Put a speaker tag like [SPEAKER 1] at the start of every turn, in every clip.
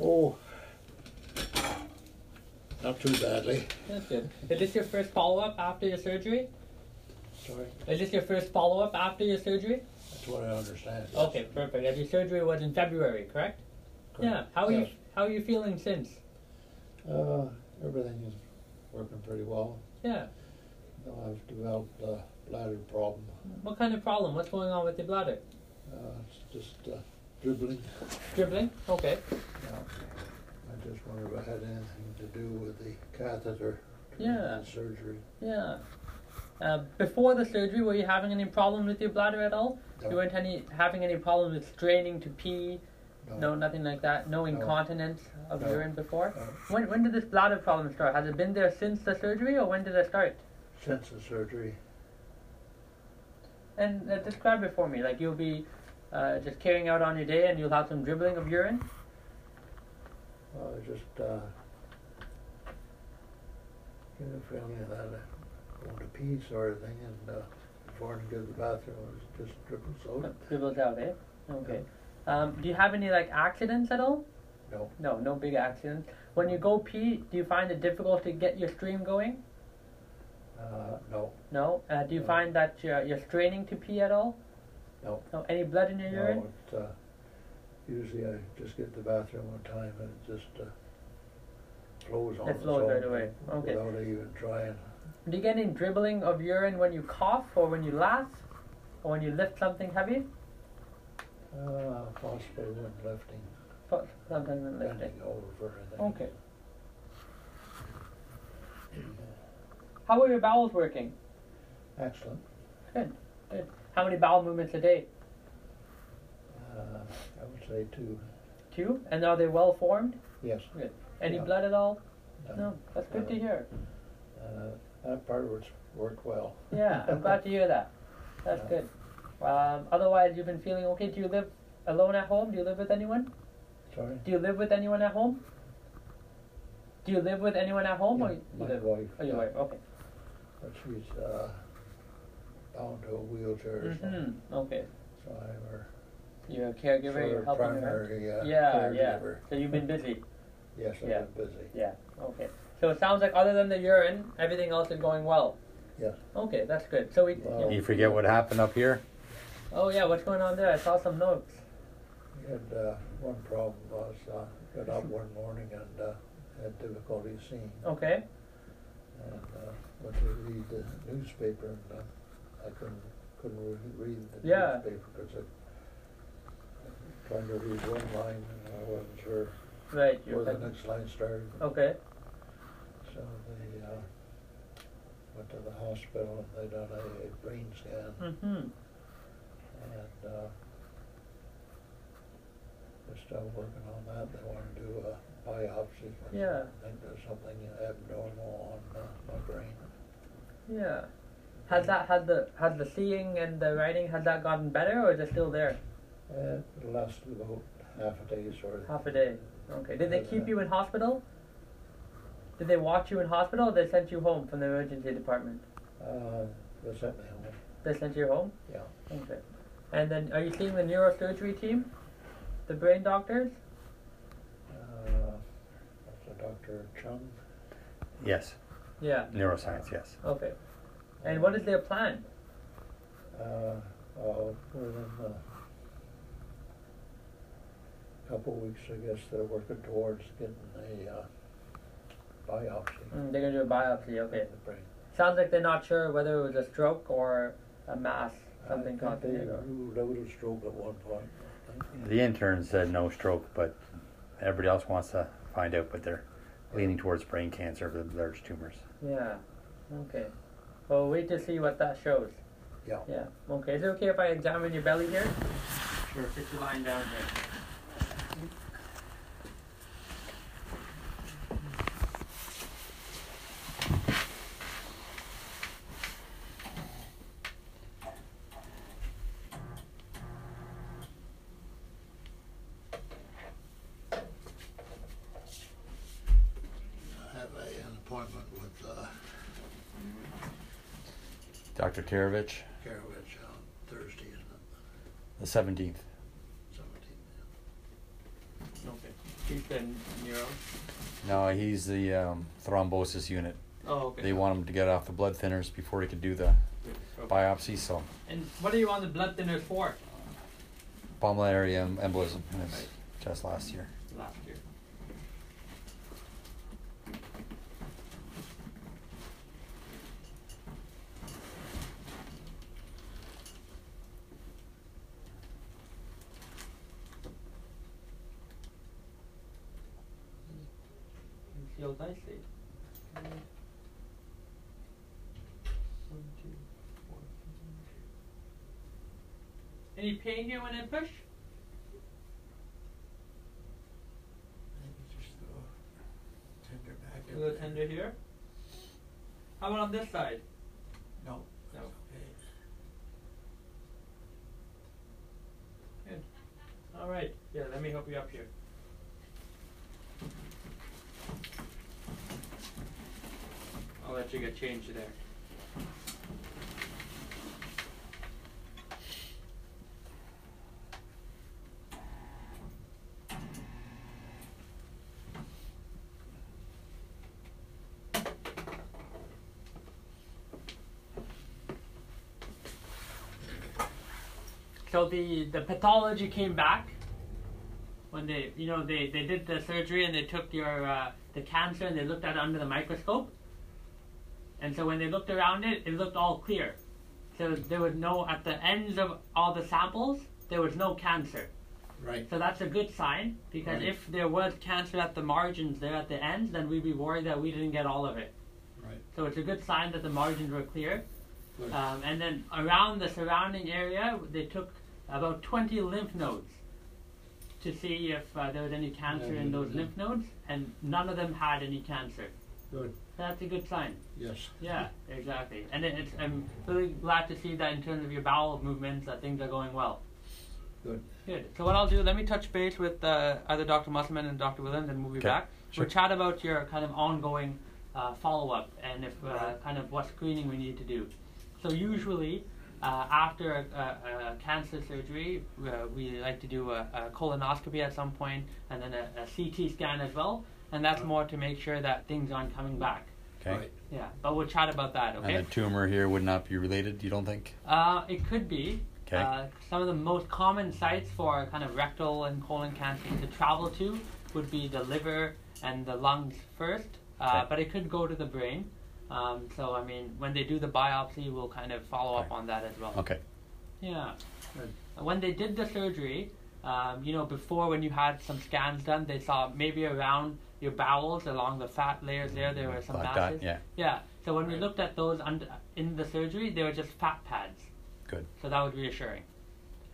[SPEAKER 1] Oh, not too badly.
[SPEAKER 2] That's good. Is this your first follow up after your surgery?
[SPEAKER 1] Sorry,
[SPEAKER 2] Is this your first follow up after your surgery?
[SPEAKER 1] that's what I understand.
[SPEAKER 2] Okay, perfect. And your surgery was in February, correct? Yeah. How are you?
[SPEAKER 1] Yes.
[SPEAKER 2] How are you feeling since?
[SPEAKER 1] Uh, everything is working pretty well.
[SPEAKER 2] Yeah.
[SPEAKER 1] Now I've developed a bladder problem.
[SPEAKER 2] What kind of problem? What's going on with your bladder?
[SPEAKER 1] Uh, it's just uh, dribbling.
[SPEAKER 2] Dribbling. Okay.
[SPEAKER 1] Now, I just wonder if it had anything to do with the catheter during
[SPEAKER 2] Yeah.
[SPEAKER 1] the surgery.
[SPEAKER 2] Yeah. Uh, before the surgery, were you having any problem with your bladder at all?
[SPEAKER 1] No.
[SPEAKER 2] You weren't any having any problem with straining to pee? No, nothing like that. No, incontinence of
[SPEAKER 1] No.
[SPEAKER 2] urine before.
[SPEAKER 1] No.
[SPEAKER 2] When when did this bladder problem start? Has it been there since the surgery, or when did it start?
[SPEAKER 1] Since the surgery,
[SPEAKER 2] And uh, describe it for me. Like you'll be uh, just carrying out on your day, and you'll have some dribbling of urine.
[SPEAKER 1] Well, I just, uh, you know, feeling that I want to pee sort of thing, and, uh, before I could go to the bathroom, I was just dripping soda.
[SPEAKER 2] Dribbles out, eh? Okay. Um, do you have any like accidents at all?
[SPEAKER 1] No.
[SPEAKER 2] No, no big accidents. When you go pee, do you find it difficult to get your stream going?
[SPEAKER 1] Uh, no,
[SPEAKER 2] No. Uh, do you
[SPEAKER 1] No.
[SPEAKER 2] find that you're, you're straining to pee at all?
[SPEAKER 1] No.
[SPEAKER 2] No. Any blood in your urine?
[SPEAKER 1] no, it, uh, usually I just get to the bathroom on time, and it just, uh, flows on
[SPEAKER 2] It
[SPEAKER 1] its
[SPEAKER 2] flows right
[SPEAKER 1] own
[SPEAKER 2] away. Okay.
[SPEAKER 1] Without even trying.
[SPEAKER 2] Do you get any dribbling of urine when you cough or when you laugh or when you lift something heavy?
[SPEAKER 1] Uh, possibly when lifting,
[SPEAKER 2] Po- Sometimes when lifting.
[SPEAKER 1] bending over and then.
[SPEAKER 2] Okay. How are your bowels working?
[SPEAKER 1] Excellent.
[SPEAKER 2] How many bowel movements a day?
[SPEAKER 1] Uh, I would say two,
[SPEAKER 2] Two. And are they well formed?
[SPEAKER 1] yes.
[SPEAKER 2] Any
[SPEAKER 1] Yeah.
[SPEAKER 2] blood at all?
[SPEAKER 1] No.
[SPEAKER 2] No. That's good to
[SPEAKER 1] No.
[SPEAKER 2] hear.
[SPEAKER 1] Uh, that part was, worked well.
[SPEAKER 2] Yeah, I'm glad to hear that. That's
[SPEAKER 1] Yeah.
[SPEAKER 2] good. Um, otherwise, you've been feeling okay. Do you live alone at home? Do you live with anyone?
[SPEAKER 1] Sorry?
[SPEAKER 2] Do you live with anyone at home? Do you live with anyone at home? or
[SPEAKER 1] Yeah,
[SPEAKER 2] you
[SPEAKER 1] my
[SPEAKER 2] live?
[SPEAKER 1] wife,
[SPEAKER 2] Oh, your
[SPEAKER 1] yeah.
[SPEAKER 2] wife. Okay.
[SPEAKER 1] But she's uh, bound to a wheelchair or something.
[SPEAKER 2] hmm Okay.
[SPEAKER 1] So I'm her
[SPEAKER 2] You're a caregiver.
[SPEAKER 1] sort
[SPEAKER 2] you're
[SPEAKER 1] of
[SPEAKER 2] helping her.
[SPEAKER 1] primary uh,
[SPEAKER 2] yeah, yeah.
[SPEAKER 1] caregiver.
[SPEAKER 2] So you've been busy.
[SPEAKER 1] Yes, I've
[SPEAKER 2] Yeah.
[SPEAKER 1] been busy.
[SPEAKER 2] Yeah. Okay. So it sounds like other than the urine, everything else is going well.
[SPEAKER 1] Yes.
[SPEAKER 2] Okay, that's good. So we.
[SPEAKER 1] Well-
[SPEAKER 2] yeah.
[SPEAKER 3] You forget what happened up here?
[SPEAKER 2] Oh yeah, what's going on there? I saw some notes.
[SPEAKER 1] We had uh, one problem was uh, got up one morning and uh, had difficulty seeing.
[SPEAKER 2] Okay.
[SPEAKER 1] And uh, went to read the newspaper and uh, I couldn't couldn't re- read the
[SPEAKER 2] Yeah.
[SPEAKER 1] newspaper because I, I trying to read one line and I wasn't sure
[SPEAKER 2] Right.
[SPEAKER 1] where
[SPEAKER 2] You're
[SPEAKER 1] the next line started.
[SPEAKER 2] okay.
[SPEAKER 1] So they uh, went to the hospital and they done a, a brain scan
[SPEAKER 2] Mm-hmm.
[SPEAKER 1] and uh, they're still working on that. They want to do a biopsy. 'cause
[SPEAKER 2] Yeah.
[SPEAKER 1] I think there's something abnormal on uh, my brain.
[SPEAKER 2] Yeah. Has that had the has the seeing and the writing has that gotten better or is it still there?
[SPEAKER 1] And it lasted about half a day uh, sort of.
[SPEAKER 2] Half a day. Okay. Did they
[SPEAKER 1] Yeah.
[SPEAKER 2] keep you in hospital? Did they watch you in hospital or they sent you home from the emergency department?
[SPEAKER 1] Uh, they sent me home.
[SPEAKER 2] They sent you home?
[SPEAKER 1] Yeah.
[SPEAKER 2] Okay. And then are you seeing the neurosurgery team? The brain doctors?
[SPEAKER 1] Uh, that's a Dr. Chung.
[SPEAKER 3] Yes.
[SPEAKER 2] Yeah.
[SPEAKER 3] Neuroscience, yes.
[SPEAKER 2] Okay. And what is their plan?
[SPEAKER 1] Uh, uh, within a couple of weeks, I guess, they're working towards getting a uh, biopsy
[SPEAKER 2] Mm, they're gonna do a biopsy,
[SPEAKER 1] of
[SPEAKER 2] okay.
[SPEAKER 1] the brain.
[SPEAKER 2] Sounds like they're not sure whether it was a stroke or a mass, something
[SPEAKER 1] Uh, I think
[SPEAKER 2] causing
[SPEAKER 1] they
[SPEAKER 2] it.
[SPEAKER 1] ruled out a stroke at one point. I think.
[SPEAKER 3] The intern said no stroke, but everybody else wants to find out, but they're leaning towards brain cancer for the large tumors.
[SPEAKER 2] Yeah. Okay. Well, wait to see what that shows.
[SPEAKER 1] Yeah.
[SPEAKER 2] Yeah. Okay. Is it okay if I examine your belly here?
[SPEAKER 1] Sure.
[SPEAKER 2] Just you lying down here.
[SPEAKER 1] I have a, an appointment with uh,
[SPEAKER 3] Dr. Tarovich,
[SPEAKER 1] Karovich on Thursday, isn't it?
[SPEAKER 3] the 17th.
[SPEAKER 1] Seventeenth.
[SPEAKER 2] Okay. He's been neuro.
[SPEAKER 3] No, he's the um, thrombosis unit.
[SPEAKER 2] Oh, okay.
[SPEAKER 3] They want him to get off the blood thinners before he could do the
[SPEAKER 2] Okay.
[SPEAKER 3] biopsy. So
[SPEAKER 2] And what are you on the blood thinners for?
[SPEAKER 3] pulmonary em- embolism in his
[SPEAKER 2] Right.
[SPEAKER 3] chest last year.
[SPEAKER 2] Last year. It healed nicely. One, two, four. Any pain here when I push?
[SPEAKER 1] Just a little tender back.
[SPEAKER 2] A little tender here. How about on this side?
[SPEAKER 1] No.
[SPEAKER 2] No. Good. All right. Yeah, let me help you up here. I'll let you get changed there. So the the pathology came back when they you know they they did the surgery and they took your uh, the cancer and they looked at it under the microscope. And so when they looked around it, it looked all clear. So there was no at the ends of all the samples there was no cancer.
[SPEAKER 1] Right.
[SPEAKER 2] So that's a good sign because
[SPEAKER 1] Right.
[SPEAKER 2] if there was cancer at the margins there at the ends, then we'd be worried that we didn't get all of it.
[SPEAKER 1] Right.
[SPEAKER 2] So it's a good sign that the margins were clear.
[SPEAKER 1] Good.
[SPEAKER 2] Um, and then around the surrounding area, they took about 20 lymph nodes to see if uh, there was any cancer in those
[SPEAKER 1] Mhm.
[SPEAKER 2] lymph nodes, and none of them had any cancer.
[SPEAKER 1] Good.
[SPEAKER 2] So that's a good sign.
[SPEAKER 1] Yes.
[SPEAKER 2] Yeah, exactly. And it, it's, I'm really glad to see that in terms of your bowel movements, that things are going well.
[SPEAKER 1] Good.
[SPEAKER 2] Good. So what I'll do, let me touch base with uh, either Dr. Musselman and Dr. Williams, and we'll be
[SPEAKER 3] Okay,
[SPEAKER 2] back.
[SPEAKER 3] sure.
[SPEAKER 2] We'll chat about your kind of ongoing uh, follow-up and if uh,
[SPEAKER 1] Right.
[SPEAKER 2] kind of what screening we need to do. So usually, uh, after a, a, a cancer surgery, uh, we like to do a, a colonoscopy at some point, and then a, a CT scan as well, and that's
[SPEAKER 1] Right.
[SPEAKER 2] more to make sure that things aren't coming back.
[SPEAKER 3] Okay.
[SPEAKER 1] Right.
[SPEAKER 2] Yeah, but we'll chat about that, okay?
[SPEAKER 3] And the tumor here would not be related, you don't think?
[SPEAKER 2] Uh, it could be.
[SPEAKER 3] 'Kay.
[SPEAKER 2] Uh, some of the most common sites for kind of rectal and colon cancer to travel to would be the liver and the lungs first, uh,
[SPEAKER 3] 'Kay.
[SPEAKER 2] but it could go to the brain. Um, so, I mean, when they do the biopsy, we'll kind of follow up
[SPEAKER 3] Okay.
[SPEAKER 2] on that as well.
[SPEAKER 3] Okay.
[SPEAKER 2] Yeah. Uh,
[SPEAKER 1] Good.
[SPEAKER 2] When they did the surgery, um, you know, before when you had some scans done, they saw maybe around your bowels, along the fat layers there, there were some
[SPEAKER 3] Black
[SPEAKER 2] masses.
[SPEAKER 3] dot, yeah.
[SPEAKER 2] Yeah. So when we
[SPEAKER 1] Right.
[SPEAKER 2] looked at those under, in the surgery, they were just fat pads.
[SPEAKER 3] Good.
[SPEAKER 2] So that was reassuring.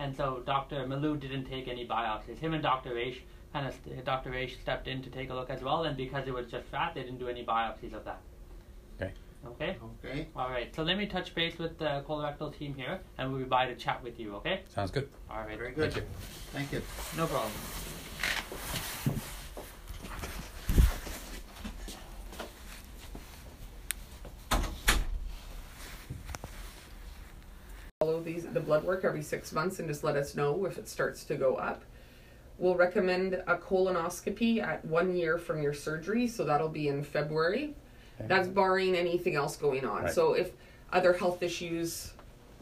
[SPEAKER 2] And so Dr. Malou didn't take any biopsies. Him and Dr. Raish kind of st- Dr. Raish stepped in to take a look as well. And because it was just fat, they didn't do any biopsies of that.
[SPEAKER 3] 'Kay.
[SPEAKER 2] Okay.
[SPEAKER 1] Okay.
[SPEAKER 2] All right. So let me touch base with the colorectal team here, and we'll be by to chat with you. Okay.
[SPEAKER 3] Sounds good.
[SPEAKER 2] All right.
[SPEAKER 1] Very good.
[SPEAKER 3] Thank you.
[SPEAKER 1] Thank you.
[SPEAKER 2] No problem.
[SPEAKER 4] follow these the blood work every six months and just let us know if it starts to go up. We'll recommend a colonoscopy at one year from your surgery, so that'll be in February. That's barring anything else going on.
[SPEAKER 3] Right.
[SPEAKER 4] So if other health issues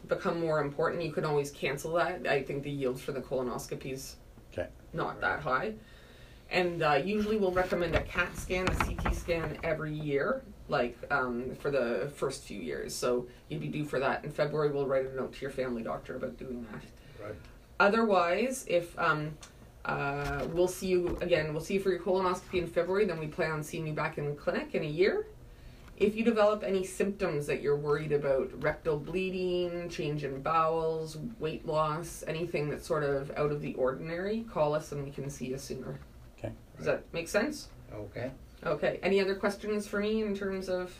[SPEAKER 4] become more important, you can always cancel that. I think the yield for the colonoscopy is
[SPEAKER 3] Okay.
[SPEAKER 4] not that high. And uh, usually we'll recommend a CAT scan, a CT scan every year, like um, for the first few years. So you'd be due for that in February. We'll write a note to your family doctor about doing that.
[SPEAKER 1] Right.
[SPEAKER 4] Otherwise, if um, uh, we'll see you again, we'll see you for your colonoscopy in February. Then we plan on seeing you back in clinic in a year. If you develop any symptoms that you're worried about, rectal bleeding, change in bowels, weight loss, anything that's sort of out of the ordinary, call us and we can see you sooner.
[SPEAKER 3] Okay.
[SPEAKER 4] Does that make sense?
[SPEAKER 1] Okay.
[SPEAKER 4] Okay. Any other questions for me in terms of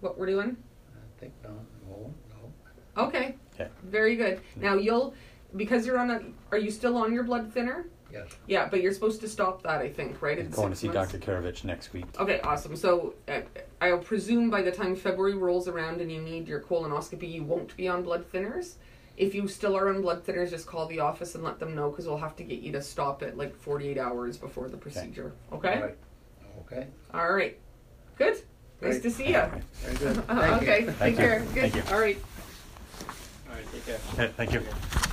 [SPEAKER 4] what we're doing?
[SPEAKER 1] I think not. No. No.
[SPEAKER 4] Okay.
[SPEAKER 3] Okay.
[SPEAKER 4] Very good. Now you'll because you're on a are you still on your blood thinner?
[SPEAKER 1] Yes.
[SPEAKER 4] Yeah, but you're supposed to stop that, I think, right?
[SPEAKER 3] I'm
[SPEAKER 4] in
[SPEAKER 3] going to
[SPEAKER 4] six
[SPEAKER 3] see
[SPEAKER 4] months?
[SPEAKER 3] Dr. Karovich next week.
[SPEAKER 4] Okay, awesome. So uh, I'll presume by the time February rolls around and you need your colonoscopy, you won't be on blood thinners. If you still are on blood thinners, just call the office and let them know because we'll have to get you to stop at like 48 hours before the procedure. Okay?
[SPEAKER 3] All right.
[SPEAKER 1] Okay,
[SPEAKER 4] All right. Good. Nice
[SPEAKER 1] Great.
[SPEAKER 4] to see you.
[SPEAKER 1] very good. Thank you.
[SPEAKER 4] okay. Take
[SPEAKER 3] Thank you.
[SPEAKER 4] care. Good.
[SPEAKER 3] Thank you.
[SPEAKER 4] All right.
[SPEAKER 2] All right, take care.
[SPEAKER 3] Thank you.